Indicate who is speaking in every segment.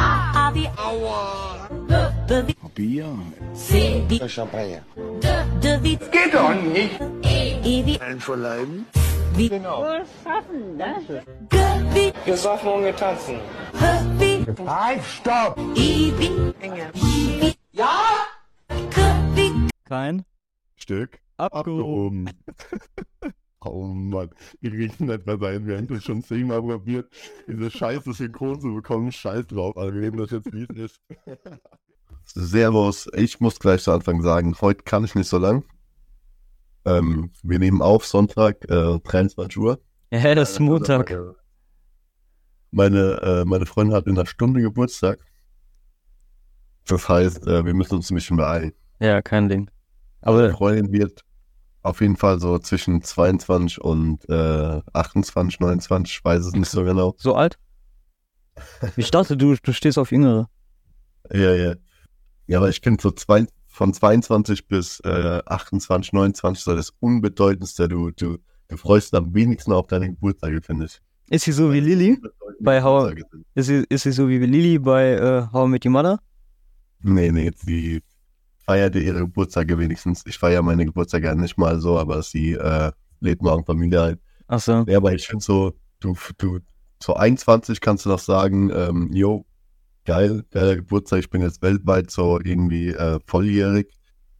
Speaker 1: Happy Hour.
Speaker 2: Bier.
Speaker 3: Champagner.
Speaker 1: De Witz. E,
Speaker 3: Geht doch nicht.
Speaker 1: Ewig.
Speaker 3: Allen verleiben. Genau.
Speaker 1: ne? Gewicht.
Speaker 3: Gesoffen und getanzen.
Speaker 1: Happy.
Speaker 3: Halt, stopp!
Speaker 1: Ewig. Ewig. Ja? Gewicht.
Speaker 4: Kein
Speaker 2: Stück.
Speaker 4: Abgehoben.
Speaker 2: Abgehoben. Oh Mann, die riechen etwa sein. Wir haben das schon zehnmal probiert, diese scheiße Synchron zu bekommen. Scheiß drauf, aber wir nehmen das jetzt, wie es ist.
Speaker 5: Servus, ich muss gleich zu Anfang sagen, heute kann ich nicht so lang. Ähm, wir nehmen auf Sonntag, äh, 23 Uhr.
Speaker 4: Ja, das ist Montag.
Speaker 5: Meine, äh, meine Freundin hat in einer Stunde Geburtstag. Das heißt, äh, wir müssen uns ein bisschen beeilen.
Speaker 4: Ja, kein Ding.
Speaker 5: Meine
Speaker 4: Aber
Speaker 5: Freundin wird auf jeden Fall so zwischen 22 und äh, 28, 29, ich weiß es nicht so genau.
Speaker 4: so alt? Ich dachte, du, du stehst auf Jüngere.
Speaker 5: Ja, ja. Ja, aber ich kenne so zwei, von 22 bis äh, 28, 29 so das Unbedeutendste. Du, du, du freust dich am wenigsten auf deine Geburtstage, finde ich.
Speaker 4: Ist sie so wie Lilly? Bei Hauer- Ist sie, ist sie so wie Lilly bei äh, How I Met Your Mother?
Speaker 5: Nee, nee, sie feierte ihre Geburtstage wenigstens. Ich feiere meine Geburtstage nicht mal so, aber sie äh, lädt morgen Familie ein.
Speaker 4: Ach so.
Speaker 5: Ja, aber ich finde so, du, du, zu 21 kannst du noch sagen, ähm, jo, geil, geiler Geburtstag, ich bin jetzt weltweit so irgendwie äh, volljährig.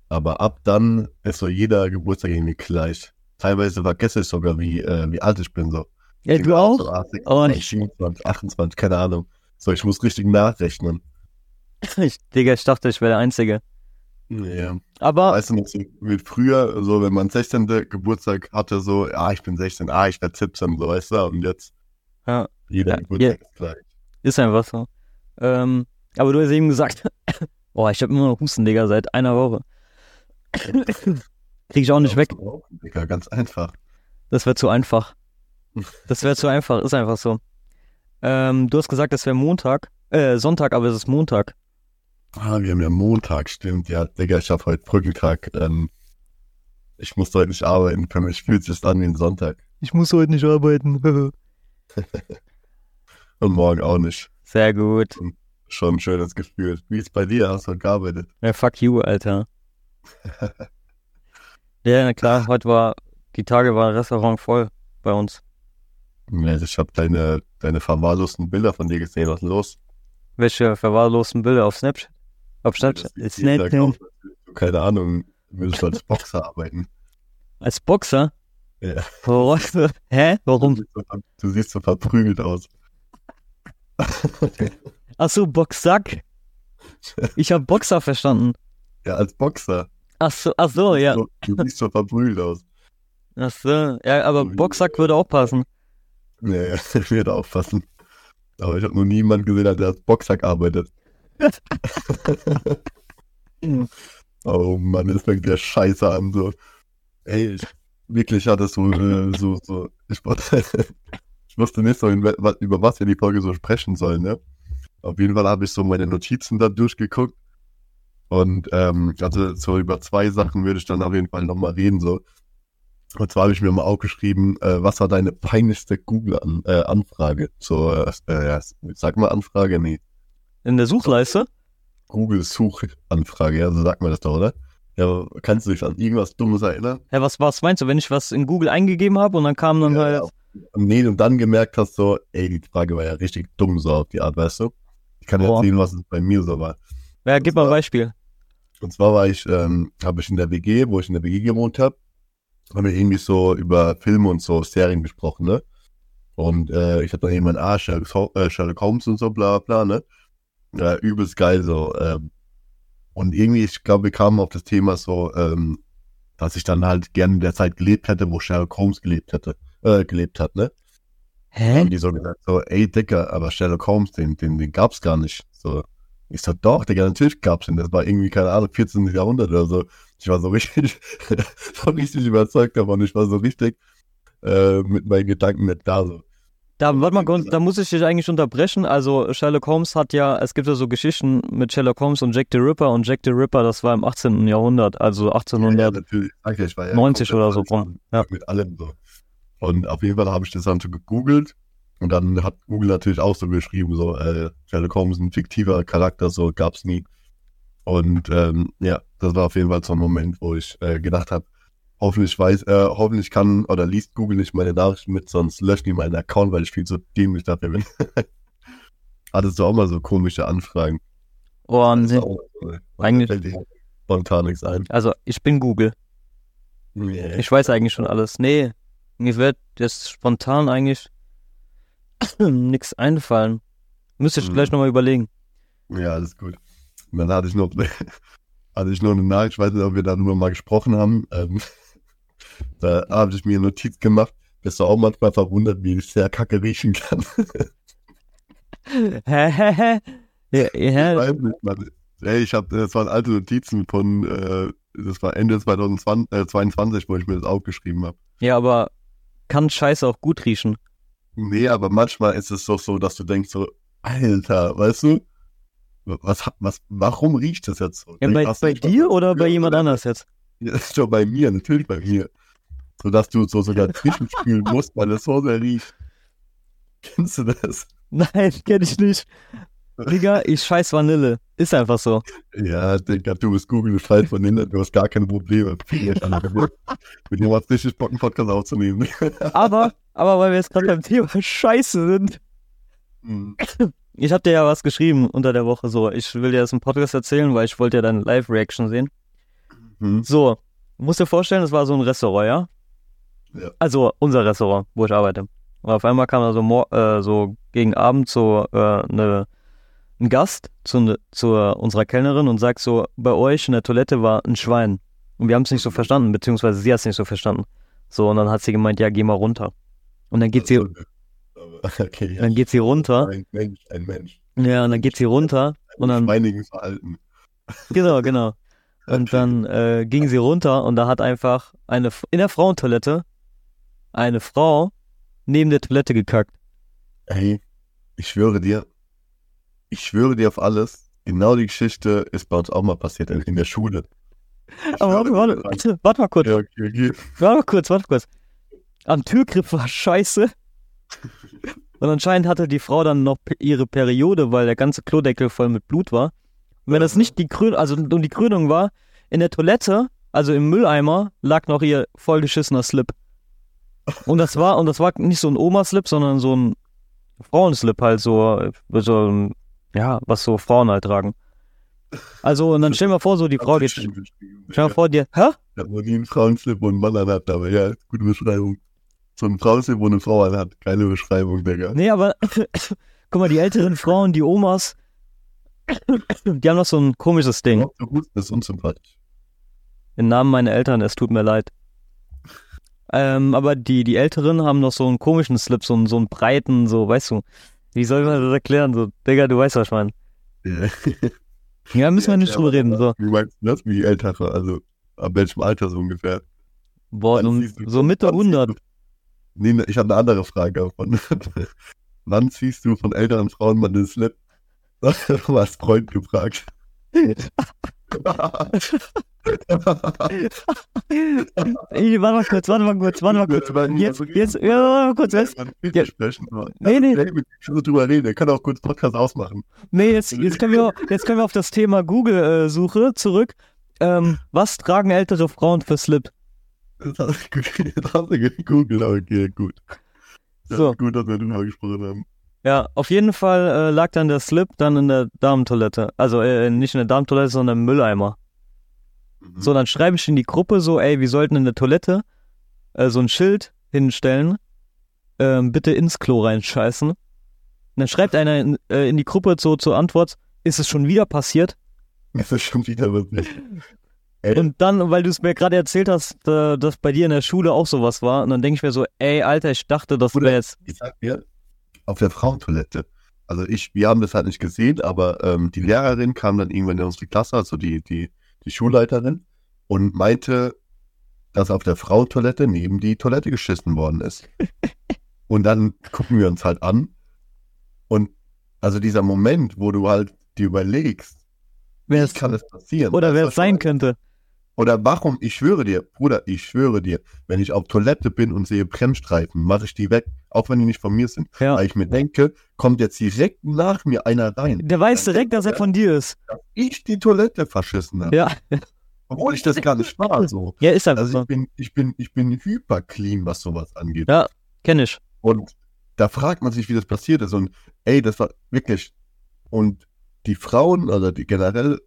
Speaker 5: Aber ab dann ist so jeder Geburtstag irgendwie gleich. Teilweise vergesse ich sogar, wie, äh, wie alt ich bin. So.
Speaker 4: Ja, du auch?
Speaker 5: So 80,
Speaker 4: Oh, nicht.
Speaker 5: 27, 28, keine Ahnung. So, ich muss richtig nachrechnen.
Speaker 4: Ich, Digga, ich dachte, ich wäre der Einzige.
Speaker 5: Ja.
Speaker 4: Aber
Speaker 5: Weißt du, noch so wie früher, so wenn man 16. Geburtstag hatte, so, ah, ich bin 16, ah, ich werde 17, so weißt du, und jetzt
Speaker 4: Ja.
Speaker 5: jeder
Speaker 4: Ja,
Speaker 5: Geburtstag ist gleich.
Speaker 4: ist einfach so. Ähm, aber du hast eben gesagt, oh, ich habe immer noch Husten, Digga, seit einer Woche. Krieg ich auch nicht weg.
Speaker 5: Rauchen, Digga, ganz einfach.
Speaker 4: Das wäre zu einfach. Das wäre zu einfach, ist einfach so. Ähm, du hast gesagt, das wäre Montag. Äh, Sonntag, aber es ist Montag.
Speaker 5: Ah, wir haben ja Montag, stimmt. Ja, Digga, ich habe heute Brückentag. Ähm, ich muss heute nicht arbeiten. Für mich fühlt sich an wie ein Sonntag.
Speaker 4: Ich muss heute nicht arbeiten.
Speaker 5: Und morgen auch nicht.
Speaker 4: Sehr gut.
Speaker 5: Schon ein schönes Gefühl. Wie ist bei dir? Hast du heute gearbeitet?
Speaker 4: Ja, fuck you, Alter. ja, na klar, heute war, die Tage war Restaurant voll bei uns.
Speaker 5: Ja, ich habe deine, deine verwahrlosten Bilder von dir gesehen. Was ist los?
Speaker 4: Welche verwahrlosten Bilder auf Snapchat? Auf Snapchat? ne?
Speaker 5: Das ist jeden Tag
Speaker 4: Snapchat.
Speaker 5: auch. Keine Ahnung. Willst du als Boxer arbeiten?
Speaker 4: Als Boxer?
Speaker 5: Ja.
Speaker 4: Warum? Hä? Warum?
Speaker 5: Du siehst so verprügelt aus.
Speaker 4: Ach so, Boxsack. Ich habe Boxer verstanden.
Speaker 5: Ja, als Boxer.
Speaker 4: Ach so, ach so, ja.
Speaker 5: Du, du siehst so verprügelt aus.
Speaker 4: Ach so, äh, ja, aber Boxsack würde auch passen.
Speaker 5: Ja, ja, ich werde aufpassen. Aber ich habe noch niemanden gesehen, der als Boxsack arbeitet. oh Mann, das fängt der Scheiße an. So. Ey, ich, wirklich hatte so, äh, so, so. Ich, wollte- ich wusste nicht so, in, wel- wa- über was wir die Folge so sprechen sollen, ne? Auf jeden Fall habe ich so meine Notizen da durchgeguckt. Und ähm, also so über zwei Sachen würde ich dann auf jeden Fall nochmal reden. So. Und zwar habe ich mir mal aufgeschrieben, äh, was war deine peinlichste Google-Anfrage? zur, äh, ja, sag mal Anfrage, nee,
Speaker 4: In der Suchleiste?
Speaker 5: Google-Suchanfrage, ja, so sagt man das doch, oder? Ja, kannst du dich an irgendwas Dummes erinnern?
Speaker 4: Hä, was, was meinst du, wenn ich was in Google eingegeben habe und dann kam dann halt.
Speaker 5: Äh, Nee, und dann gemerkt hast so, ey, die Frage war ja richtig dumm, so auf die Art, weißt du? Ich kann dir
Speaker 4: Boah.
Speaker 5: erzählen, was es bei mir so war.
Speaker 4: Ja, gib mal ein Beispiel.
Speaker 5: Und zwar war ich, ähm, habe ich in der WG, wo ich in der WG gewohnt habe, haben wir irgendwie so über Filme und so Serien gesprochen, ne? Und äh, ich habe dann jemanden, ah, Sherlock, Ho- äh, Sherlock Holmes und so, bla bla, ne? Ja, übelst geil so. Ähm. Und irgendwie, ich glaube, wir kamen auf das Thema so, ähm, dass ich dann halt gerne in der Zeit gelebt hätte, wo Sherlock Holmes gelebt hätte, äh, gelebt hat, ne? haben
Speaker 4: Hä?
Speaker 5: die so gesagt, so, ey, Dicker, aber Sherlock Holmes, den, den, den gab's gar nicht. So, ich so, doch, Digga, natürlich gab's den. Das war irgendwie, keine Ahnung, 14. Jahrhundert oder so. Ich war so richtig, so richtig überzeugt davon. Ich war so richtig äh, mit meinen Gedanken nicht da. So.
Speaker 4: Da, warte mal, Gon- da muss ich dich eigentlich unterbrechen. Also, Sherlock Holmes hat ja, es gibt ja so Geschichten mit Sherlock Holmes und Jack the Ripper und Jack the Ripper, das war im 18. Jahrhundert, also 1800.
Speaker 5: natürlich. Sag ich, ich war ja
Speaker 4: 90 oder so,
Speaker 5: komplett
Speaker 4: ja.
Speaker 5: Mit allem so. Und auf jeden Fall habe ich das dann so gegoogelt Und dann hat Google natürlich auch so geschrieben, so, äh, Sherlock Holmes ist ein fiktiver Charakter, so gab's nie. Und ähm, ja, das war auf jeden Fall so ein Moment, wo ich äh, gedacht habe, hoffentlich weiß, äh, hoffentlich kann oder liest Google nicht meine Nachrichten mit, sonst löscht die meinen Account, weil ich viel zu dämlich dafür bin. Hattest du auch mal so komische Anfragen?
Speaker 4: Oh, nee.
Speaker 5: Auch, äh,
Speaker 4: Eigentlich-
Speaker 5: fällt dir spontan nichts ein.
Speaker 4: Also, ich bin Google.
Speaker 5: Nee.
Speaker 4: Ich weiß eigentlich schon alles. Nee, mir wird jetzt spontan eigentlich nichts einfallen. Müsste ich
Speaker 5: Mhm.
Speaker 4: gleich nochmal überlegen.
Speaker 5: Ja, alles gut. Und dann hatte ich noch, hatte ich noch eine Nachricht, ich weiß nicht, ob wir darüber mal gesprochen haben. Ähm, da habe ich mir eine Notiz gemacht. Bist du auch manchmal verwundert, wie ich sehr kacke riechen kann?
Speaker 4: Hä, hä, hä? Ja,
Speaker 5: Ich
Speaker 4: ja,
Speaker 5: weiß nicht, Mann. Ey, ich habe, das waren alte Notizen von, äh, das war Ende 2020, äh, 22, wo ich mir das aufgeschrieben habe.
Speaker 4: ja, aber kann Scheiße auch gut riechen.
Speaker 5: Nee, aber manchmal ist es doch so, dass du denkst so, Alter, weißt du, was, hat- was, warum riecht das jetzt so?
Speaker 4: Ja,
Speaker 5: Denk-
Speaker 4: bei,
Speaker 5: hast du
Speaker 4: bei
Speaker 5: schon-
Speaker 4: dir oder bei
Speaker 5: Ja,
Speaker 4: jemand anders jetzt?
Speaker 5: Ja, das ist doch bei mir, natürlich bei mir. Sodass du so sogar zwischenspülen musst, weil es so sehr riecht. Kennst du das?
Speaker 4: Nein, kenne ich nicht. Digga, ich scheiß Vanille. Ist einfach so.
Speaker 5: Ja, Digga, du bist Google, du schreibst von hinten, du hast gar keine Probleme. Mit dir macht richtig Bock, einen Podcast aufzunehmen.
Speaker 4: Aber, aber weil wir jetzt gerade beim Thema Scheiße sind.
Speaker 5: Hm.
Speaker 4: Ich hab dir ja was geschrieben unter der Woche so. Ich will dir das im Podcast erzählen, weil ich wollte ja deine Live-Reaction sehen.
Speaker 5: Hm.
Speaker 4: So, du musst dir vorstellen, es war so ein Restaurant, ja?
Speaker 5: Ja.
Speaker 4: Also unser Restaurant, wo ich arbeite. Und auf einmal kam da so, mor- äh, so gegen Abend so äh, ne, ein Gast zu, ne- zu unserer Kellnerin und sagt so, bei euch in der Toilette war ein Schwein. Und wir haben es nicht so
Speaker 5: Mhm.
Speaker 4: verstanden, beziehungsweise sie hat es nicht so verstanden. So, und dann hat sie gemeint, ja, geh mal runter. Und dann geht sie,
Speaker 5: Also, Okay, Also, ja.
Speaker 4: dann geht sie runter.
Speaker 5: Ein Mensch, ein Mensch.
Speaker 4: Ja, und dann geht sie runter. Und dann,
Speaker 5: Schweiniges Verhalten.
Speaker 4: genau, genau. Und dann äh, ging sie runter und da hat einfach eine F- in der Frauentoilette eine Frau neben der Toilette gekackt.
Speaker 5: Hey, ich schwöre dir, ich schwöre dir auf alles, genau die Geschichte ist bei uns auch mal passiert in, in der Schule. Ich
Speaker 4: Aber warte,
Speaker 5: schwöre
Speaker 4: warte,
Speaker 5: dir,
Speaker 4: warte, warte mal kurz,
Speaker 5: Ja, okay, okay.
Speaker 4: warte mal kurz, warte mal kurz. Am Türgriff war scheiße. Und anscheinend hatte die Frau dann noch pe- ihre Periode, weil der ganze Klodeckel voll mit Blut war. Und wenn das nicht die Krönung, also und die Krönung war, in der Toilette, also im Mülleimer, lag noch ihr vollgeschissener Slip. Und das war, und das war nicht so ein Oma-Slip, sondern so ein Frauenslip halt, so, äh, so ein- ja, was so Frauen halt tragen. Also, und dann stell mal vor, so die Frau geht, stell mal vor dir, hä?
Speaker 5: Ich habe noch nie einen Frauenslip, wo ein Mann anhat, aber ja, gute Beschreibung. So ein Frauenslip, wo eine Frau anhat, geile Beschreibung, Digga.
Speaker 4: Nee, aber guck mal, die älteren Frauen, die Omas, die haben noch so ein komisches
Speaker 5: Ich
Speaker 4: Ding.
Speaker 5: glaub, du gut, das ist unsympathisch.
Speaker 4: Im Namen meiner Eltern, es tut mir leid. Ähm, aber die, die Älteren haben noch so einen komischen Slip, so einen, so einen breiten, so, weißt du, wie soll man das erklären? So, Digga, du weißt, was ich meine.
Speaker 5: Ja.
Speaker 4: Ja, müssen wir nicht drüber reden. So,
Speaker 5: Wie meinst du das, wie ältere, also ab welchem Alter so ungefähr?
Speaker 4: boah, so,
Speaker 5: Wann siehst du-
Speaker 4: so Mitte
Speaker 5: wann siehst
Speaker 4: 100.
Speaker 5: du- Nee, ne, ich habe eine andere Frage. Von, wann ziehst du von älteren Frauen mal den Slip? Das hast Freund gefragt.
Speaker 4: Ey, warte mal kurz, warte mal kurz, warte mal kurz. Jetzt, jetzt, ja, warte mal kurz, weißt
Speaker 5: Man
Speaker 4: Ja.
Speaker 5: ja. sprechen. aber-
Speaker 4: Nee, nee.
Speaker 5: Hey, mit dem Schuss drüber reden. Der kann auch kurz Podcast ausmachen.
Speaker 4: Nee, jetzt, jetzt, können wir, jetzt können wir auf das Thema Google-Suche zurück. Ähm, was tragen ältere Frauen für Slip?
Speaker 5: Das hast du ge- das hast du gegoogelt. Okay, gut. Das
Speaker 4: So.
Speaker 5: ist gut, dass wir drüber gesprochen haben.
Speaker 4: Ja, auf jeden Fall äh, lag dann der Slip dann in der Damentoilette. Also äh, nicht in der Damentoilette, sondern im Mülleimer.
Speaker 5: Mhm.
Speaker 4: So, dann schreibe ich in die Gruppe so, ey, wir sollten in der Toilette äh, so ein Schild hinstellen. Ähm, bitte ins Klo reinscheißen. Und dann schreibt einer in, äh, in die Gruppe so zur Antwort, ist es schon wieder passiert?
Speaker 5: Es ist schon wieder wirklich.
Speaker 4: Und dann, weil du es mir gerade erzählt hast, da- dass bei dir in der Schule auch sowas war, und dann denke ich mir so, ey, Alter, ich dachte, das wäre
Speaker 5: Oder-
Speaker 4: jetzt.
Speaker 5: Ich sag dir, auf der Frauentoilette. Also ich, wir haben das halt nicht gesehen, aber ähm, die Lehrerin kam dann irgendwann in unsere Klasse, also die, die, die Schulleiterin, und meinte, dass auf der Frauentoilette neben die Toilette geschissen worden ist. und dann gucken wir uns halt an. Und also dieser Moment, wo du halt dir überlegst,
Speaker 4: Wer
Speaker 5: wie
Speaker 4: es,
Speaker 5: kann es passieren?
Speaker 4: oder
Speaker 5: Das
Speaker 4: wer
Speaker 5: war
Speaker 4: es sein
Speaker 5: schon-
Speaker 4: könnte.
Speaker 5: Oder warum, ich schwöre dir, Bruder, ich schwöre dir, wenn ich auf Toilette bin und sehe Bremsstreifen, mache ich die weg, auch wenn die nicht von mir sind.
Speaker 4: Ja.
Speaker 5: Weil ich mir denke, kommt jetzt direkt nach mir einer rein,
Speaker 4: Der weiß direkt, dass er von dir ist.
Speaker 5: dass ich die Toilette verschissen habe.
Speaker 4: Ja,
Speaker 5: Obwohl ich das gar nicht war, so.
Speaker 4: ja ist einfach
Speaker 5: Also
Speaker 4: so.
Speaker 5: ich bin, ich bin, ich bin hyper clean, was sowas angeht.
Speaker 4: Ja. Kenn ich.
Speaker 5: Und da fragt man sich, wie das passiert ist. Und ey, das war wirklich. Und die Frauen, also die generell,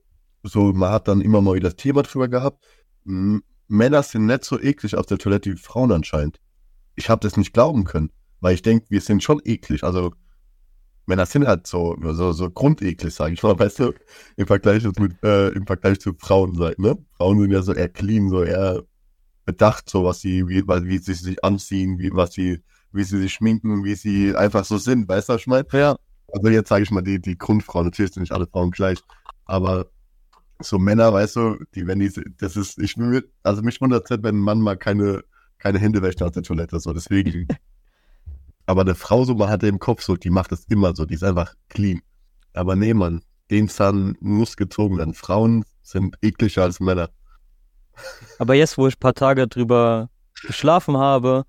Speaker 5: so, man hat dann immer mal wieder das Thema drüber gehabt. M Männer sind nicht so eklig auf der Toilette wie Frauen anscheinend. Ich habe das nicht glauben können, weil ich denke, wir sind schon eklig. Also Männer sind halt so, so, so grundeklig, sage ich mal, weißt du, im Vergleich, jetzt mit, äh, im Vergleich zu Frauen, sag, ne? Frauen sind ja so eher clean, so eher bedacht, so was sie, wie, weil- wie sie sich anziehen, wie, was sie, wie sie sich schminken, wie sie einfach so sind, weißt du, was ich meine?
Speaker 4: Ja.
Speaker 5: Also jetzt sage ich mal die, die Grundfrauen, natürlich sind nicht alle Frauen gleich, aber so Männer, weißt du, die, wenn die, das ist, ich will, also mich wundert es, wenn ein Mann mal keine, keine Hände wäscht aus der Toilette, so, deswegen. aber eine Frau so, man hat im Kopf so, die macht das immer so, die ist einfach clean. Aber nee, Mann, den Zahn muss gezogen werden. Frauen sind ekliger als Männer.
Speaker 4: Aber jetzt, wo ich ein paar Tage drüber geschlafen habe,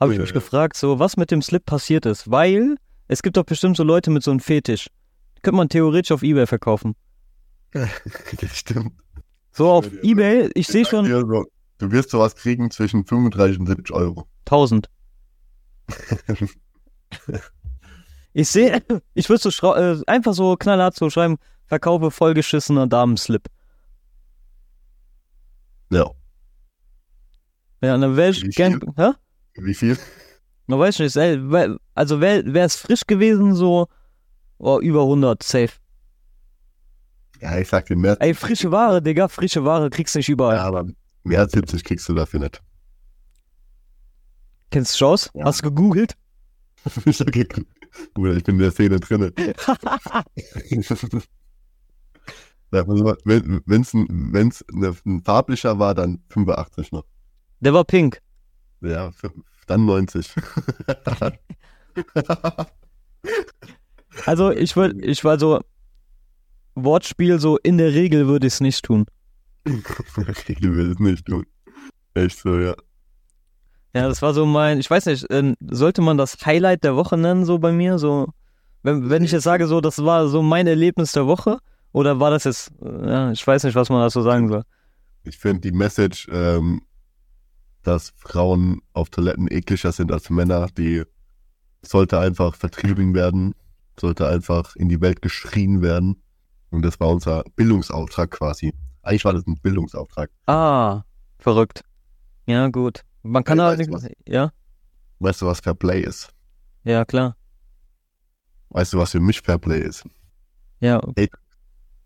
Speaker 4: habe ich
Speaker 5: Ja.
Speaker 4: mich gefragt, so was mit dem Slip passiert ist. Weil es gibt doch bestimmt so Leute mit so einem Fetisch. Könnte man theoretisch auf Ebay verkaufen.
Speaker 5: das stimmt.
Speaker 4: So auf
Speaker 5: dir, ne?
Speaker 4: Ebay, ich sehe schon
Speaker 5: Ja, so, Du wirst sowas kriegen zwischen 35 und 70 Euro.
Speaker 4: 1000. Ich sehe, ich würde so schrau- äh, einfach so knallhart so schreiben, verkaufe vollgeschissener Damenslip.
Speaker 5: ja.
Speaker 4: Ja, dann wäre ich
Speaker 5: Wie
Speaker 4: gern, hä?
Speaker 5: Wie viel?
Speaker 4: Man weiß nicht, sel- we- also wäre es frisch gewesen, so oh, über 100, safe.
Speaker 5: Ja, ich sag dir, mehr,
Speaker 4: Ey, frische Ware, Digga, frische Ware kriegst du nicht überall.
Speaker 5: ja, aber mehr als 70 kriegst du dafür nicht.
Speaker 4: Kennst du Schaus?
Speaker 5: Ja.
Speaker 4: Hast du gegoogelt?
Speaker 5: ich sag dir, Bruder, ich bin in der Szene drinne. Sag mal so, wenn wenn's ein, wenn's ne, ein farblicher war, dann 85 noch.
Speaker 4: Der war pink.
Speaker 5: Ja, f- dann 90.
Speaker 4: Also ich würde,
Speaker 5: Mhm.
Speaker 4: ich war so, Wortspiel so, in der Regel würde ich es nicht tun.
Speaker 5: ich will es nicht tun. Echt so, ja.
Speaker 4: Ja, das war so mein, ich weiß nicht, ähm, sollte man das Highlight der Woche nennen, so bei mir? So, wenn, wenn ich jetzt sage, so, das war so mein Erlebnis der Woche, oder war das jetzt, äh, ja, ich weiß nicht, was man dazu sagen soll.
Speaker 5: Ich finde die Message, ähm, dass Frauen auf Toiletten ekliger sind als Männer, die sollte einfach vertrieben werden, sollte einfach in die Welt geschrien werden. Und das war unser Bildungsauftrag quasi. Eigentlich war das ein Bildungsauftrag.
Speaker 4: Ah, verrückt. Ja, gut. Man kann
Speaker 5: Ey,
Speaker 4: halt
Speaker 5: weißt du
Speaker 4: nichts. Ja,
Speaker 5: Weißt du, was Fairplay ist?
Speaker 4: ja, klar.
Speaker 5: Weißt du, was für mich Fairplay ist?
Speaker 4: Ja,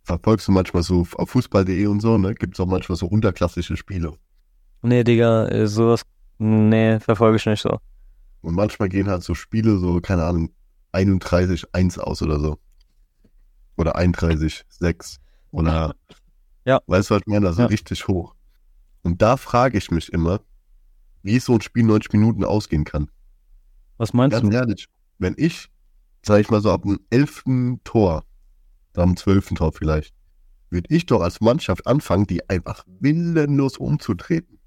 Speaker 5: Verfolgst du manchmal so auf fußball.de und so, ne? Gibt es auch manchmal so unterklassische Spiele.
Speaker 4: nee, Digga, äh, sowas, nee, verfolge ich nicht so.
Speaker 5: Und manchmal gehen halt so Spiele so, keine Ahnung, 31-1 aus oder so. Oder 31-6. Oder.
Speaker 4: Ja.
Speaker 5: Weißt du, was ich meine? Also
Speaker 4: Ja.
Speaker 5: richtig hoch. Und da frage ich mich immer, wie so ein Spiel 90 Minuten ausgehen kann.
Speaker 4: Was meinst du?
Speaker 5: Ganz ehrlich, wenn ich, sag ich mal so, ab dem 11. Tor, da am 12. Tor vielleicht, würde ich doch als Mannschaft anfangen, die einfach willenlos umzutreten.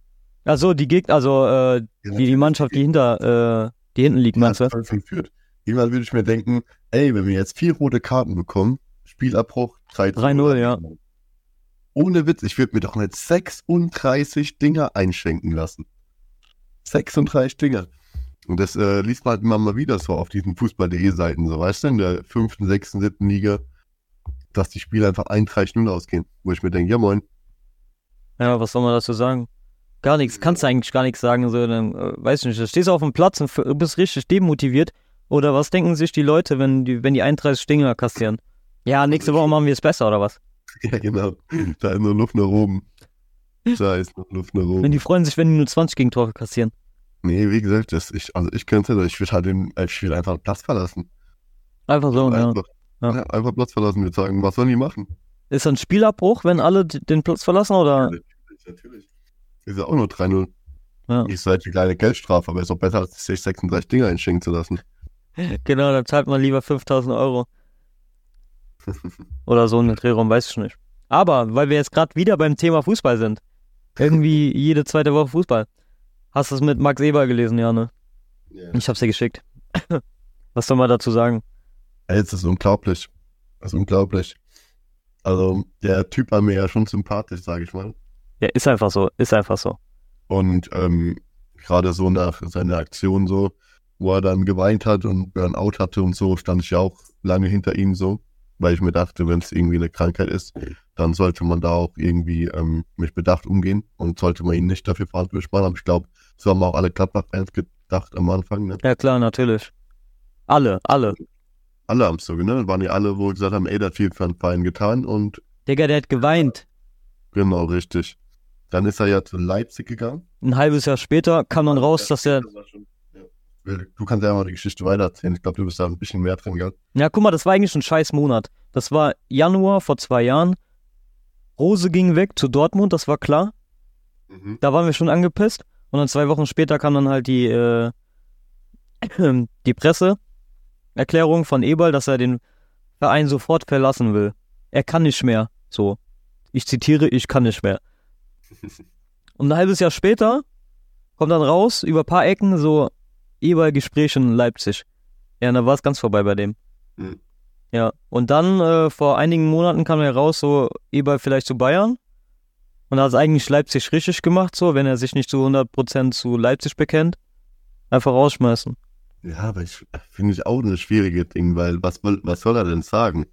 Speaker 4: Ach so, die Gegner, also äh, die, die Mannschaft, die hinter, äh, die hinten liegt, meinst du?
Speaker 5: Platz 12 führt. Irgendwann würde ich mir denken, ey, wenn wir jetzt vier rote Karten bekommen, Spielabbruch 3
Speaker 4: 3-0, ja.
Speaker 5: Ohne Witz, ich würde mir doch nicht 36 Dinger einschenken lassen. 36 Dinger. Und das äh, liest man halt immer mal wieder so auf diesen Fußball.de-Seiten, so weißt du, in der fünften, sechsten, siebten Liga, dass die Spiele einfach 31-0 ausgehen. Wo ich mir denke, ja moin,
Speaker 4: Ja, was soll man dazu sagen? Gar nichts, kannst du eigentlich gar nichts sagen. So, dann, äh, weiß ich nicht, du stehst auf dem Platz und f- äh, bist richtig demotiviert. Oder was denken sich die Leute, wenn die, wenn die 31 Stinger kassieren? Ja, nächste Woche machen wir es besser, oder was?
Speaker 5: ja genau, da ist noch Luft nach oben. Da ist noch Luft nach oben.
Speaker 4: Wenn die freuen sich, wenn die nur 20 Gegentore kassieren.
Speaker 5: Nee, wie gesagt, das ich, also ich könnte das, ich würde halt den, ich will einfach Platz verlassen.
Speaker 4: Einfach so, Oh, ne? ja.
Speaker 5: einfach,
Speaker 4: Ja.
Speaker 5: Ja, einfach Platz verlassen, würde sagen, was sollen die machen?
Speaker 4: Ist dann Spielabbruch, wenn alle d- den Platz verlassen, oder?
Speaker 5: Natürlich, natürlich. Ist ja auch nur 3-0.
Speaker 4: Ja.
Speaker 5: Ist halt eine kleine Geldstrafe, aber ist doch besser, als sich 36 Dinger einschenken zu lassen.
Speaker 4: Genau, dann zahlt man lieber 5000 Euro. Oder so einen Drehraum, weiß ich nicht. Aber, weil wir jetzt gerade wieder beim Thema Fußball sind. Irgendwie jede zweite Woche Fußball. Hast du es mit Max Eber gelesen, ja, ne?
Speaker 5: Ja.
Speaker 4: Ich hab's dir geschickt. Was soll man dazu sagen?
Speaker 5: Ey, es ist unglaublich. Es ist unglaublich. Also, der Typ war mir ja schon sympathisch, sage ich mal.
Speaker 4: Ja, ist einfach so, ist einfach so.
Speaker 5: Und ähm, gerade so nach seiner Aktion so, wo er dann geweint hat und Burnout hatte und so, stand ich ja auch lange hinter ihm so, weil ich mir dachte, wenn es irgendwie eine Krankheit ist, dann sollte man da auch irgendwie ähm, mit Bedacht umgehen und sollte man ihn nicht dafür verantwortlich machen. Aber ich glaube, so haben auch alle Gladbach-Fans gedacht am Anfang. Ne?
Speaker 4: Ja, klar, natürlich. Alle, alle.
Speaker 5: Alle haben es so, ne? Waren ja alle, wo gesagt haben, ey, der hat viel für den Verein getan und
Speaker 4: Digga, der hat geweint.
Speaker 5: Genau, richtig. Dann ist er ja zu Leipzig gegangen.
Speaker 4: Ein halbes Jahr später kam dann raus, dass er.
Speaker 5: Du kannst ja mal die Geschichte weitererzählen. Ich glaube, du bist da ein bisschen mehr drin, gell?
Speaker 4: Ja, guck mal, das war eigentlich ein scheiß Monat. Das war Januar vor zwei Jahren. Rose ging weg zu Dortmund, das war klar.
Speaker 5: Mhm.
Speaker 4: Da waren wir schon angepisst. Und dann zwei Wochen später kam dann halt die, äh, die Presseerklärung von Eberl, dass er den Verein sofort verlassen will. Er kann nicht mehr. So. Ich zitiere, ich kann nicht mehr. Und ein halbes Jahr später kommt dann raus, über ein paar Ecken, so Eberl-Gespräche in Leipzig. Ja, und da war es ganz vorbei bei dem.
Speaker 5: Mhm.
Speaker 4: Ja, und dann äh, vor einigen Monaten kam er raus, so Eberl vielleicht zu Bayern. Und da hat es eigentlich Leipzig richtig gemacht, so, wenn er sich nicht zu 100% zu Leipzig bekennt. Einfach rausschmeißen.
Speaker 5: Ja, aber ich äh, finde ich auch ein schwieriges Ding, weil was, will- was soll er denn sagen?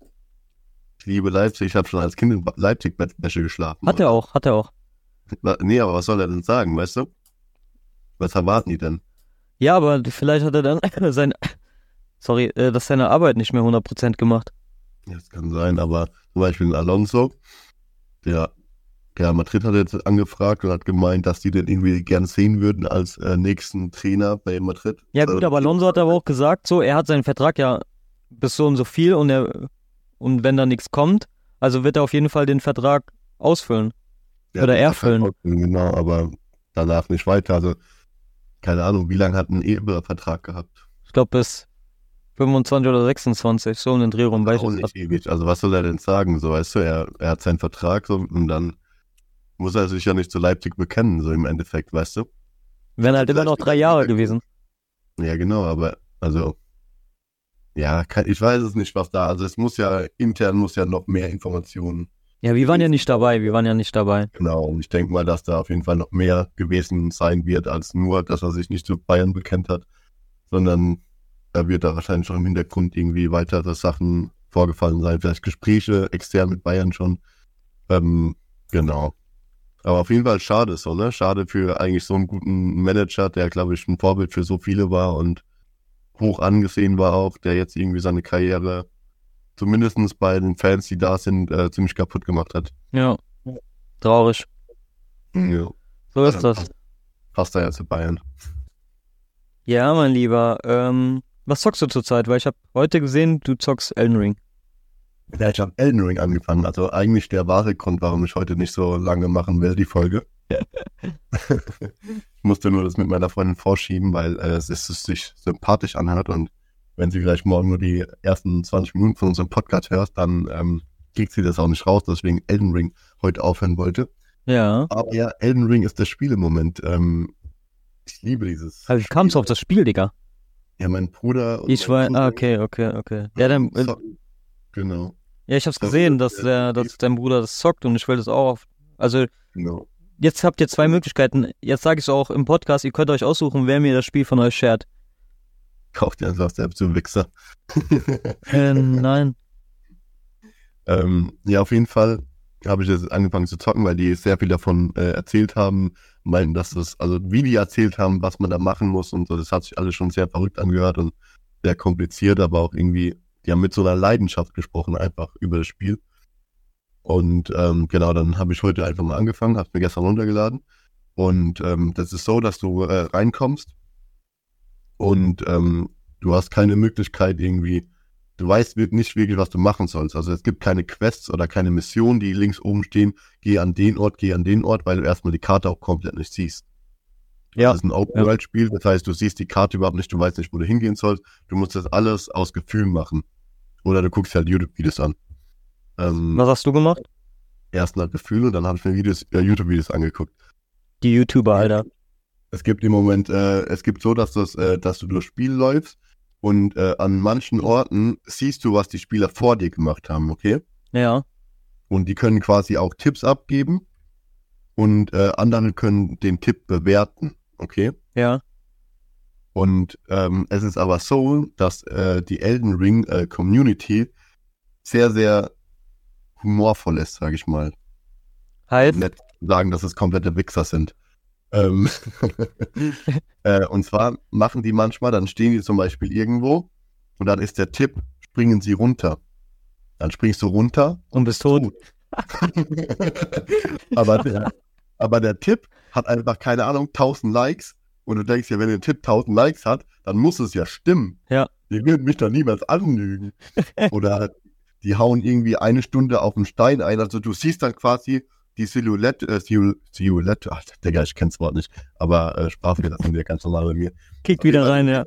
Speaker 5: Ich liebe Leipzig, ich habe schon als Kind in Ba- Leipzig-Bettwäsche geschlafen.
Speaker 4: Hat er auch, hat er auch.
Speaker 5: Wa- Nee, aber was soll er denn sagen, weißt du? Was erwarten die denn?
Speaker 4: Ja, aber vielleicht hat er dann sein, sorry, äh, dass seine Arbeit nicht mehr 100% gemacht.
Speaker 5: Ja, das kann sein, aber zum Beispiel ein Alonso, der Real Madrid hat jetzt angefragt und hat gemeint, dass die den irgendwie gern sehen würden als äh, nächsten Trainer bei Madrid.
Speaker 4: Ja, gut,
Speaker 5: Also,
Speaker 4: aber Alonso hat aber auch gesagt, so, er hat seinen Vertrag ja bis so und so viel und er, und wenn da nichts kommt, also wird er auf jeden Fall den Vertrag ausfüllen.
Speaker 5: der
Speaker 4: oder
Speaker 5: hat
Speaker 4: er
Speaker 5: das halt
Speaker 4: füllen.
Speaker 5: auch- Genau, aber danach nicht weiter. Also, keine Ahnung, wie lange hat ein Eber Vertrag gehabt?
Speaker 4: Ich glaube, bis 25 oder 26, so um den Dreh rum. Weiß
Speaker 5: auch
Speaker 4: ich
Speaker 5: nicht
Speaker 4: nicht.
Speaker 5: ewig. Also, was soll er denn sagen? So, weißt du, er, er hat seinen Vertrag so, und dann muss er sich ja nicht zu Leipzig bekennen, so im Endeffekt, weißt du?
Speaker 4: Wären halt immer noch drei Jahre gewesen.
Speaker 5: Ja, genau, aber also ja, kann, ich weiß es nicht, was da. Also es muss ja intern muss ja noch mehr Informationen.
Speaker 4: Ja, wir waren ja nicht dabei, wir waren ja nicht dabei.
Speaker 5: Genau, und ich denke mal, dass da auf jeden Fall noch mehr gewesen sein wird, als nur, dass er sich nicht zu Bayern bekennt hat, sondern da wird da wahrscheinlich auch im Hintergrund irgendwie weitere Sachen vorgefallen sein, vielleicht Gespräche extern mit Bayern schon. Ähm, genau. Aber auf jeden Fall schade so, ne? Schade für eigentlich so einen guten Manager, der, glaube ich, ein Vorbild für so viele war und hoch angesehen war auch, der jetzt irgendwie seine Karriere zumindestens bei den Fans, die da sind, äh, ziemlich kaputt gemacht hat.
Speaker 4: Ja. Also, Traurig.
Speaker 5: Ja.
Speaker 4: So ist das.
Speaker 5: Passt da ja zu Bayern.
Speaker 4: Ja, mein Lieber. Ähm, was zockst du zurzeit? Weil ich habe heute gesehen, du zockst Elden Ring.
Speaker 5: Ja, ich habe Elden Ring angefangen. Also eigentlich der wahre Grund, warum ich heute nicht so lange machen will, die Folge. ich musste nur das mit meiner Freundin vorschieben, weil äh, es, ist- es sich sympathisch anhört. Und wenn sie vielleicht morgen nur die ersten 20 Minuten von unserem Podcast hört, dann ähm, kriegt sie das auch nicht raus. Deswegen Elden Ring heute aufhören wollte.
Speaker 4: Ja.
Speaker 5: Aber ja, Elden Ring ist der Spiel im Moment. Ähm, ich liebe dieses.
Speaker 4: Also, ich kam's auf das Spiel, Digga.
Speaker 5: Ja, mein Bruder. und
Speaker 4: Ich
Speaker 5: mein
Speaker 4: war. Ah,
Speaker 5: Cousin
Speaker 4: okay, okay, okay. Ja, dann, äh,
Speaker 5: zocken. Genau,
Speaker 4: ja, ich hab's gesehen, dass, der, dass dein Bruder das zockt und ich will das auch auf. Also,
Speaker 5: genau.
Speaker 4: jetzt habt ihr zwei Möglichkeiten. Jetzt sage ich auch im Podcast, ihr könnt euch aussuchen, wer mir das Spiel von euch shared.
Speaker 5: Kauft ihr einfach selbst, du Wichser.
Speaker 4: Äh, nein.
Speaker 5: Ähm, ja, auf jeden Fall habe ich jetzt angefangen zu zocken, weil die sehr viel davon äh, erzählt haben, meinten, dass das, also wie die erzählt haben, was man da machen muss und so, das hat sich alles schon sehr verrückt angehört und sehr kompliziert, aber auch irgendwie, die haben mit so einer Leidenschaft gesprochen, einfach über das Spiel. Und ähm, genau, dann habe ich heute einfach mal angefangen, habe mir gestern runtergeladen. Und ähm, das ist so, dass du äh, reinkommst und ähm, du hast keine Möglichkeit irgendwie du weißt wir- nicht wirklich, was du machen sollst. Also es gibt keine Quests oder keine Missionen, die links oben stehen, geh an den Ort, geh an den Ort, weil du erstmal die Karte auch komplett nicht siehst.
Speaker 4: Ja.
Speaker 5: Das ist ein Open-World-Spiel, das heißt, du siehst die Karte überhaupt nicht, du weißt nicht, wo du hingehen sollst. Du musst das alles aus Gefühl machen. Oder du guckst halt YouTube-Videos an. Ähm,
Speaker 4: Was hast du gemacht?
Speaker 5: erst nach Gefühl und dann habe ich mir Videos, äh, YouTube-Videos angeguckt.
Speaker 4: Die YouTuber, Alter.
Speaker 5: Es gibt im Moment, äh, es gibt so, dass, das, äh, dass du durchs Spiel läufst und äh, an manchen Orten siehst du, was die Spieler vor dir gemacht haben, okay?
Speaker 4: Ja.
Speaker 5: Und die können quasi auch Tipps abgeben und äh, andere können den Tipp bewerten, okay?
Speaker 4: Ja.
Speaker 5: Und ähm, es ist aber so, dass äh, die Elden Ring äh, Community sehr, sehr humorvoll ist, sage ich mal.
Speaker 4: Halt.
Speaker 5: Nicht sagen, dass es komplette Wichser sind. Ähm, äh, und zwar machen die manchmal, dann stehen die zum Beispiel irgendwo und dann ist der Tipp, springen sie runter. Dann springst du runter,
Speaker 4: Und bist tot.
Speaker 5: aber der, aber der Tipp hat einfach, keine Ahnung, 1000 Likes und du denkst ja, wenn der Tipp 1000 Likes hat, dann muss es ja stimmen.
Speaker 4: Ja.
Speaker 5: Die würden mich doch niemals anlügen. Oder die hauen irgendwie eine Stunde auf den Stein ein. Also du siehst dann quasi die Silhouette, äh, Silhou- Silhouette, ach, Digga, ich kenn's Wort nicht, aber äh, Sprachfehler sind ja ganz normal bei mir.
Speaker 4: Kickt wieder rein, ja.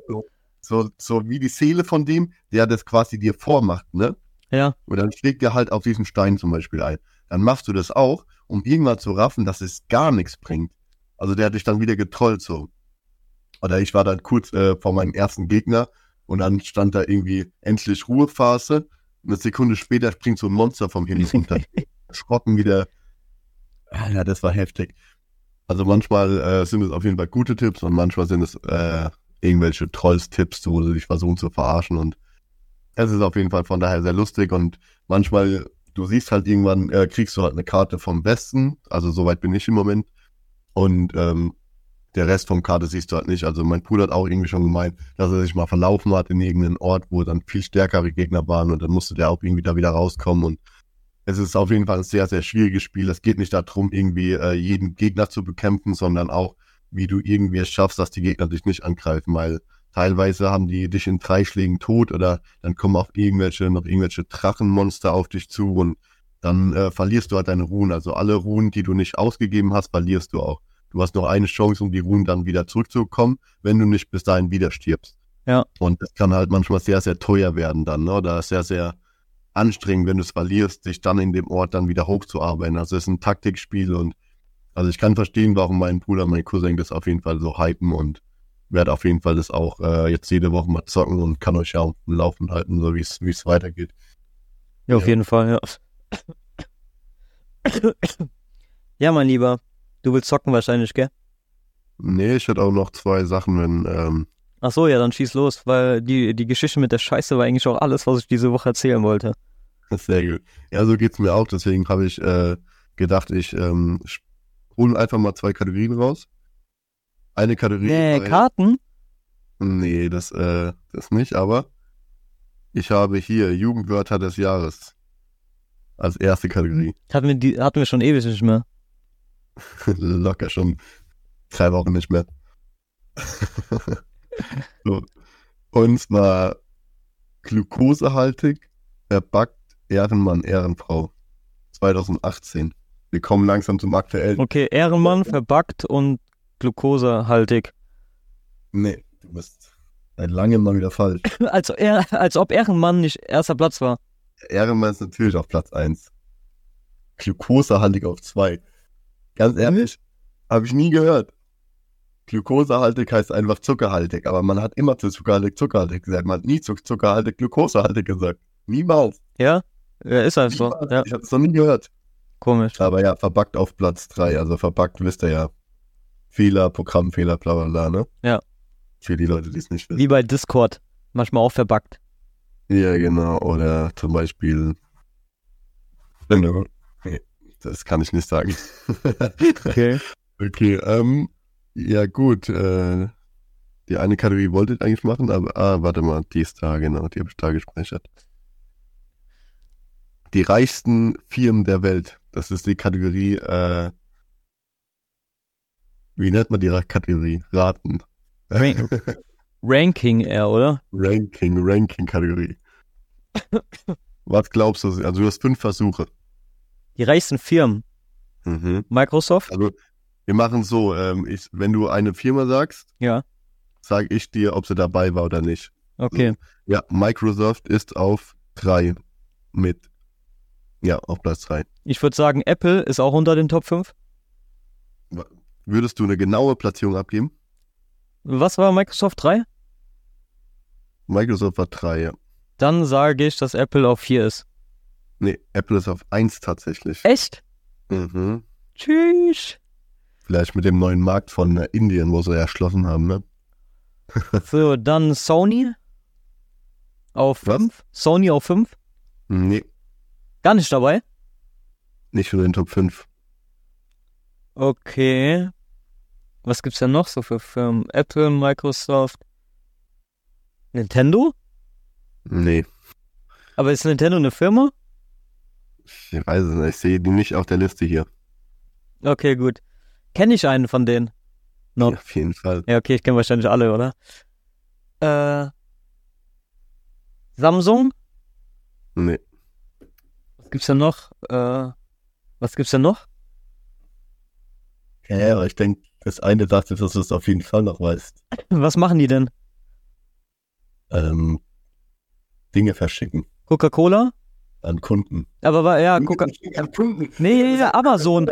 Speaker 5: So, so wie die Seele von dem, der das quasi dir vormacht, ne?
Speaker 4: Ja.
Speaker 5: Und dann schlägt er halt auf diesen Stein zum Beispiel ein. Dann machst du das auch, um irgendwann zu raffen, dass es gar nichts bringt. Also der hat dich dann wieder getrollt so. Oder ich war dann kurz äh, vor meinem ersten Gegner und dann stand da irgendwie endlich Ruhephase. Eine Sekunde später springt so ein Monster vom Himmel runter. Schrocken wieder. Ja, das war heftig. Also manchmal äh, sind es auf jeden Fall gute Tipps und manchmal sind es äh, irgendwelche Trolls-Tipps, wo sie dich versuchen zu verarschen und es ist auf jeden Fall von daher sehr lustig und manchmal, du siehst halt irgendwann, äh, kriegst du halt eine Karte vom Westen, also soweit bin ich im Moment. Und ähm, der Rest vom Karte siehst du halt nicht. Also mein Bruder hat auch irgendwie schon gemeint, dass er sich mal verlaufen hat in irgendeinen Ort, wo dann viel stärkere Gegner waren und dann musste der auch irgendwie da wieder rauskommen. Und es ist auf jeden Fall ein sehr, sehr schwieriges Spiel. Es geht nicht darum, irgendwie äh, jeden Gegner zu bekämpfen, sondern auch, wie du irgendwie es schaffst, dass die Gegner dich nicht angreifen, weil Teilweise haben die dich in drei Schlägen tot oder dann kommen auch irgendwelche, noch irgendwelche Drachenmonster auf dich zu und dann äh, verlierst du halt deine Ruhen. Also alle Ruhen, die du nicht ausgegeben hast, verlierst du auch. Du hast noch eine Chance, um die Ruhen dann wieder zurückzubekommen, wenn du nicht bis dahin wieder stirbst.
Speaker 4: Ja.
Speaker 5: Und das kann halt manchmal sehr, sehr teuer werden dann, ne? Oder sehr, sehr anstrengend, wenn du es verlierst, dich dann in dem Ort dann wieder hochzuarbeiten. Also es ist ein Taktikspiel und also ich kann verstehen, warum mein Bruder, mein Cousin das auf jeden Fall so hypen und werde auf jeden Fall das auch äh, jetzt jede Woche mal zocken und kann euch ja auf dem Laufen halten, so wie es wie es weitergeht.
Speaker 4: Ja, auf
Speaker 5: Ja.
Speaker 4: jeden Fall, ja. Ja, mein Lieber. Du willst zocken wahrscheinlich, gell?
Speaker 5: Nee, ich hätte auch noch zwei Sachen, wenn ähm,
Speaker 4: Ach so, ja, dann schieß los, weil die, die Geschichte mit der Scheiße war eigentlich auch alles, was ich diese Woche erzählen wollte.
Speaker 5: sehr gut. Ja, so geht's mir auch. Deswegen habe ich äh, gedacht, ich ähm, sch- hol einfach mal zwei Kategorien raus. Eine Kategorie.
Speaker 4: Nee,
Speaker 5: bei-
Speaker 4: Karten?
Speaker 5: nee das äh, das nicht. Aber ich habe hier Jugendwörter des Jahres als erste Kategorie.
Speaker 4: Hatten wir, die, hatten wir schon ewig nicht mehr.
Speaker 5: Locker schon drei Wochen nicht mehr. so. Und zwar glukosehaltig, verbackt, Ehrenmann, Ehrenfrau. 2018. Wir kommen langsam zum aktuellen.
Speaker 4: Okay, Ehrenmann, verbackt und glukosehaltig.
Speaker 5: Nee, du bist seit langem mal wieder falsch.
Speaker 4: Als, er, als ob Ehrenmann nicht erster Platz war.
Speaker 5: Ehrenmann ist natürlich auf Platz 1. Glukosehaltig auf 2. Ganz ehrlich, habe ich nie gehört. Glukosehaltig heißt einfach zuckerhaltig, aber man hat immer zu zuckerhaltig zuckerhaltig gesagt. Man hat nie zu zuckerhaltig glukosehaltig gesagt. Niemals.
Speaker 4: Ja? Ja, ist halt so.
Speaker 5: Niemals.
Speaker 4: Ja,
Speaker 5: Ich habe es noch nie gehört.
Speaker 4: komisch.
Speaker 5: Aber ja, verbackt auf Platz 3. Also verbackt wisst ihr ja. Fehler, Programmfehler, bla bla bla, ne?
Speaker 4: Ja.
Speaker 5: Für die Leute, die es nicht wissen.
Speaker 4: Wie bei Discord. Manchmal auch verbackt.
Speaker 5: Ja, genau. Oder zum Beispiel. Wenn du- Nee, Das kann ich nicht sagen.
Speaker 4: Okay.
Speaker 5: okay, ähm, ja gut. Äh, die eine Kategorie wollte ich eigentlich machen, aber ah, warte mal, die ist da, genau, die habe ich da gespeichert. Die reichsten Firmen der Welt. Das ist die Kategorie, äh, wie nennt man die Ra- Kategorie? Raten.
Speaker 4: Rank Ranking eher, oder?
Speaker 5: Ranking, Ranking-Kategorie. Was glaubst du? Also du hast fünf Versuche.
Speaker 4: Die reichsten Firmen. Mhm. Microsoft?
Speaker 5: Also wir machen so, ähm, ich, wenn du eine Firma sagst,
Speaker 4: Ja.
Speaker 5: sage ich dir, ob sie dabei war oder nicht.
Speaker 4: Okay.
Speaker 5: Ja, Microsoft ist auf drei mit, ja, auf Platz drei.
Speaker 4: Ich würde sagen, Apple ist auch unter den Top 5.
Speaker 5: Würdest du eine genaue Platzierung abgeben?
Speaker 4: Was war Microsoft 3?
Speaker 5: Microsoft war 3, ja.
Speaker 4: Dann sage ich, dass Apple auf 4 ist.
Speaker 5: Nee, Apple ist auf 1 tatsächlich.
Speaker 4: Echt?
Speaker 5: Mhm.
Speaker 4: Tschüss.
Speaker 5: Vielleicht mit dem neuen Markt von äh, Indien, wo sie erschlossen haben, ne?
Speaker 4: So, dann Sony auf
Speaker 5: Was?
Speaker 4: 5. Sony auf 5. Mhm.
Speaker 5: Nee,
Speaker 4: Gar nicht dabei.
Speaker 5: nicht für den Top 5.
Speaker 4: Okay. Was gibt's denn noch so für Firmen? Apple, Microsoft, Nintendo?
Speaker 5: Nee,
Speaker 4: Aber ist Nintendo eine Firma?
Speaker 5: ich weiß es nicht. Ich sehe die nicht auf der Liste hier.
Speaker 4: Okay, gut. Kenne ich einen von denen? No.
Speaker 5: Ja, auf jeden Fall.
Speaker 4: Ja, okay, ich kenne wahrscheinlich alle, oder? Äh, Samsung?
Speaker 5: Nee.
Speaker 4: Was gibt's denn noch? Äh, was gibt's denn noch?
Speaker 6: Ja, ja, aber ich denke, das eine dachte, dass du es auf jeden Fall noch weißt.
Speaker 4: Was machen die denn?
Speaker 6: Ähm, Dinge verschicken
Speaker 4: Coca-Cola?
Speaker 6: an Kunden.
Speaker 4: Aber wa- ja, Coca. Nee, ja, Amazon.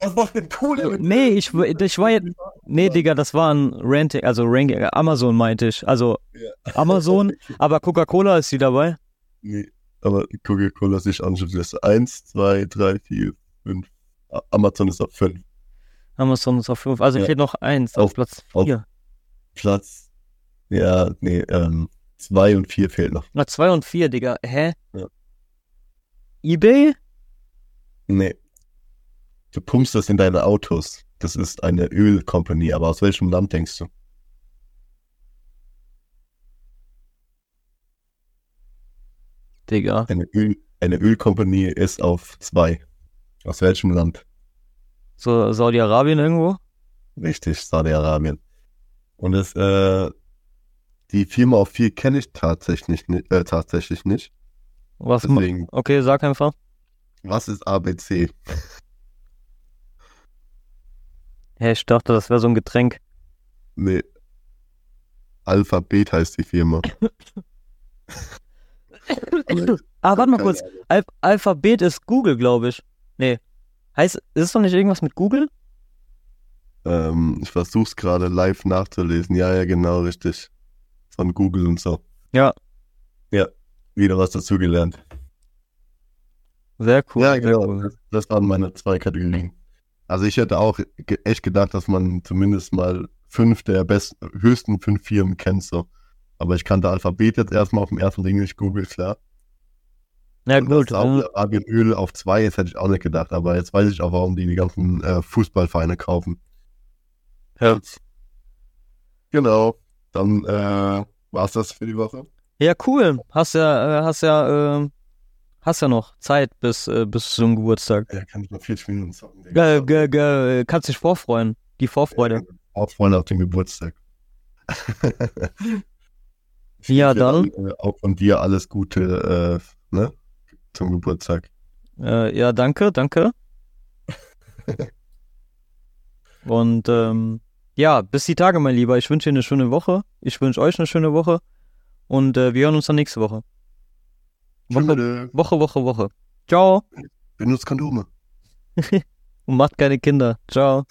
Speaker 3: Was macht denn Kohle mit
Speaker 4: Also, Nee, ich, w- ich war jetzt. Nee, Digga, das war ein Ranting, also Ranking. Amazon meinte ich. Also Amazon, aber Coca-Cola ist die dabei.
Speaker 5: Nee.
Speaker 6: Aber Coca-Cola sich anschaut, eins, zwei, drei, vier, fünf. A- Amazon ist auf fünf.
Speaker 4: Amazon ist auf 5. Also
Speaker 6: Ja.
Speaker 4: fehlt noch eins auf,
Speaker 6: Auf-
Speaker 4: Platz
Speaker 6: auf-
Speaker 4: 4.
Speaker 6: Platz, ja, nee, ähm, zwei und vier fehlt noch.
Speaker 4: Na, 2 und 4, Digga. Hä?
Speaker 6: Ja.
Speaker 4: Ebay?
Speaker 6: Nee. Du pumpst das in deine Autos. Das ist eine Ölcompany, aber aus welchem Land denkst du?
Speaker 4: Digga.
Speaker 6: Eine Öl, eine Ölcompany ist auf zwei. Aus welchem Land?
Speaker 4: So Saudi-Arabien irgendwo?
Speaker 6: Richtig, Saudi-Arabien. Und das, äh,
Speaker 5: Die Firma auf 4 kenne ich tatsächlich nicht, äh, tatsächlich nicht.
Speaker 4: Was? ma-
Speaker 5: Deswegen,
Speaker 4: Okay, sag einfach.
Speaker 5: was ist ABC?
Speaker 4: Hä, ich dachte, das wäre so ein Getränk.
Speaker 5: Nee. Alphabet heißt die Firma.
Speaker 4: Ah, warte
Speaker 5: Keine
Speaker 4: mal kurz. Al Alphabet ist Google, glaube ich. Nee. Heißt, ist es doch nicht irgendwas mit Google?
Speaker 5: Ähm, ich versuche es gerade live nachzulesen. Ja, ja, genau, richtig. Von Google und so.
Speaker 6: wieder was dazugelernt.
Speaker 4: Sehr cool.
Speaker 5: Ja,
Speaker 4: sehr
Speaker 5: genau.
Speaker 4: cool.
Speaker 6: Das waren meine zwei Kategorien.
Speaker 5: Also ich hätte auch ge- echt gedacht, dass man zumindest mal fünf der besten, höchsten fünf Firmen kennt. So. Aber ich kannte Alphabet jetzt erstmal auf dem ersten Ding nicht Google, klar.
Speaker 4: Na
Speaker 5: Und dass
Speaker 4: gut, äh,
Speaker 5: Saudi-Arabien Öl auf zwei, jetzt hätte ich auch nicht gedacht. Aber jetzt weiß ich auch, warum die die ganzen äh, Fußballvereine kaufen.
Speaker 6: Herz.
Speaker 5: Genau. Dann äh, war es das für die Woche.
Speaker 4: äh, ja cool. Hast ja, äh, hast ja, ähm, hast ja noch Zeit bis äh, bis zum Geburtstag.
Speaker 5: Ja, kann ich noch 40 Minuten zocken. Digga.
Speaker 4: Ge ge ge kannst dich vorfreuen. Die Vorfreude.
Speaker 5: Auch Freunde auf den Geburtstag.
Speaker 4: Ja,
Speaker 5: Ich
Speaker 4: dann.
Speaker 5: wünsche, äh, Auch von dir alles Gute äh, ne? zum Geburtstag.
Speaker 4: Äh, ja, danke, danke. Und ähm, ja, bis die Tage, mein Lieber. Ich wünsche dir eine schöne Woche. Ich wünsche euch eine schöne Woche. Und äh, wir hören uns dann nächste Woche. Woche,
Speaker 5: Tschüss.
Speaker 4: Woche, Woche, Woche. Ciao.
Speaker 5: Benutzt Kondome.
Speaker 4: Und macht keine Kinder. Ciao.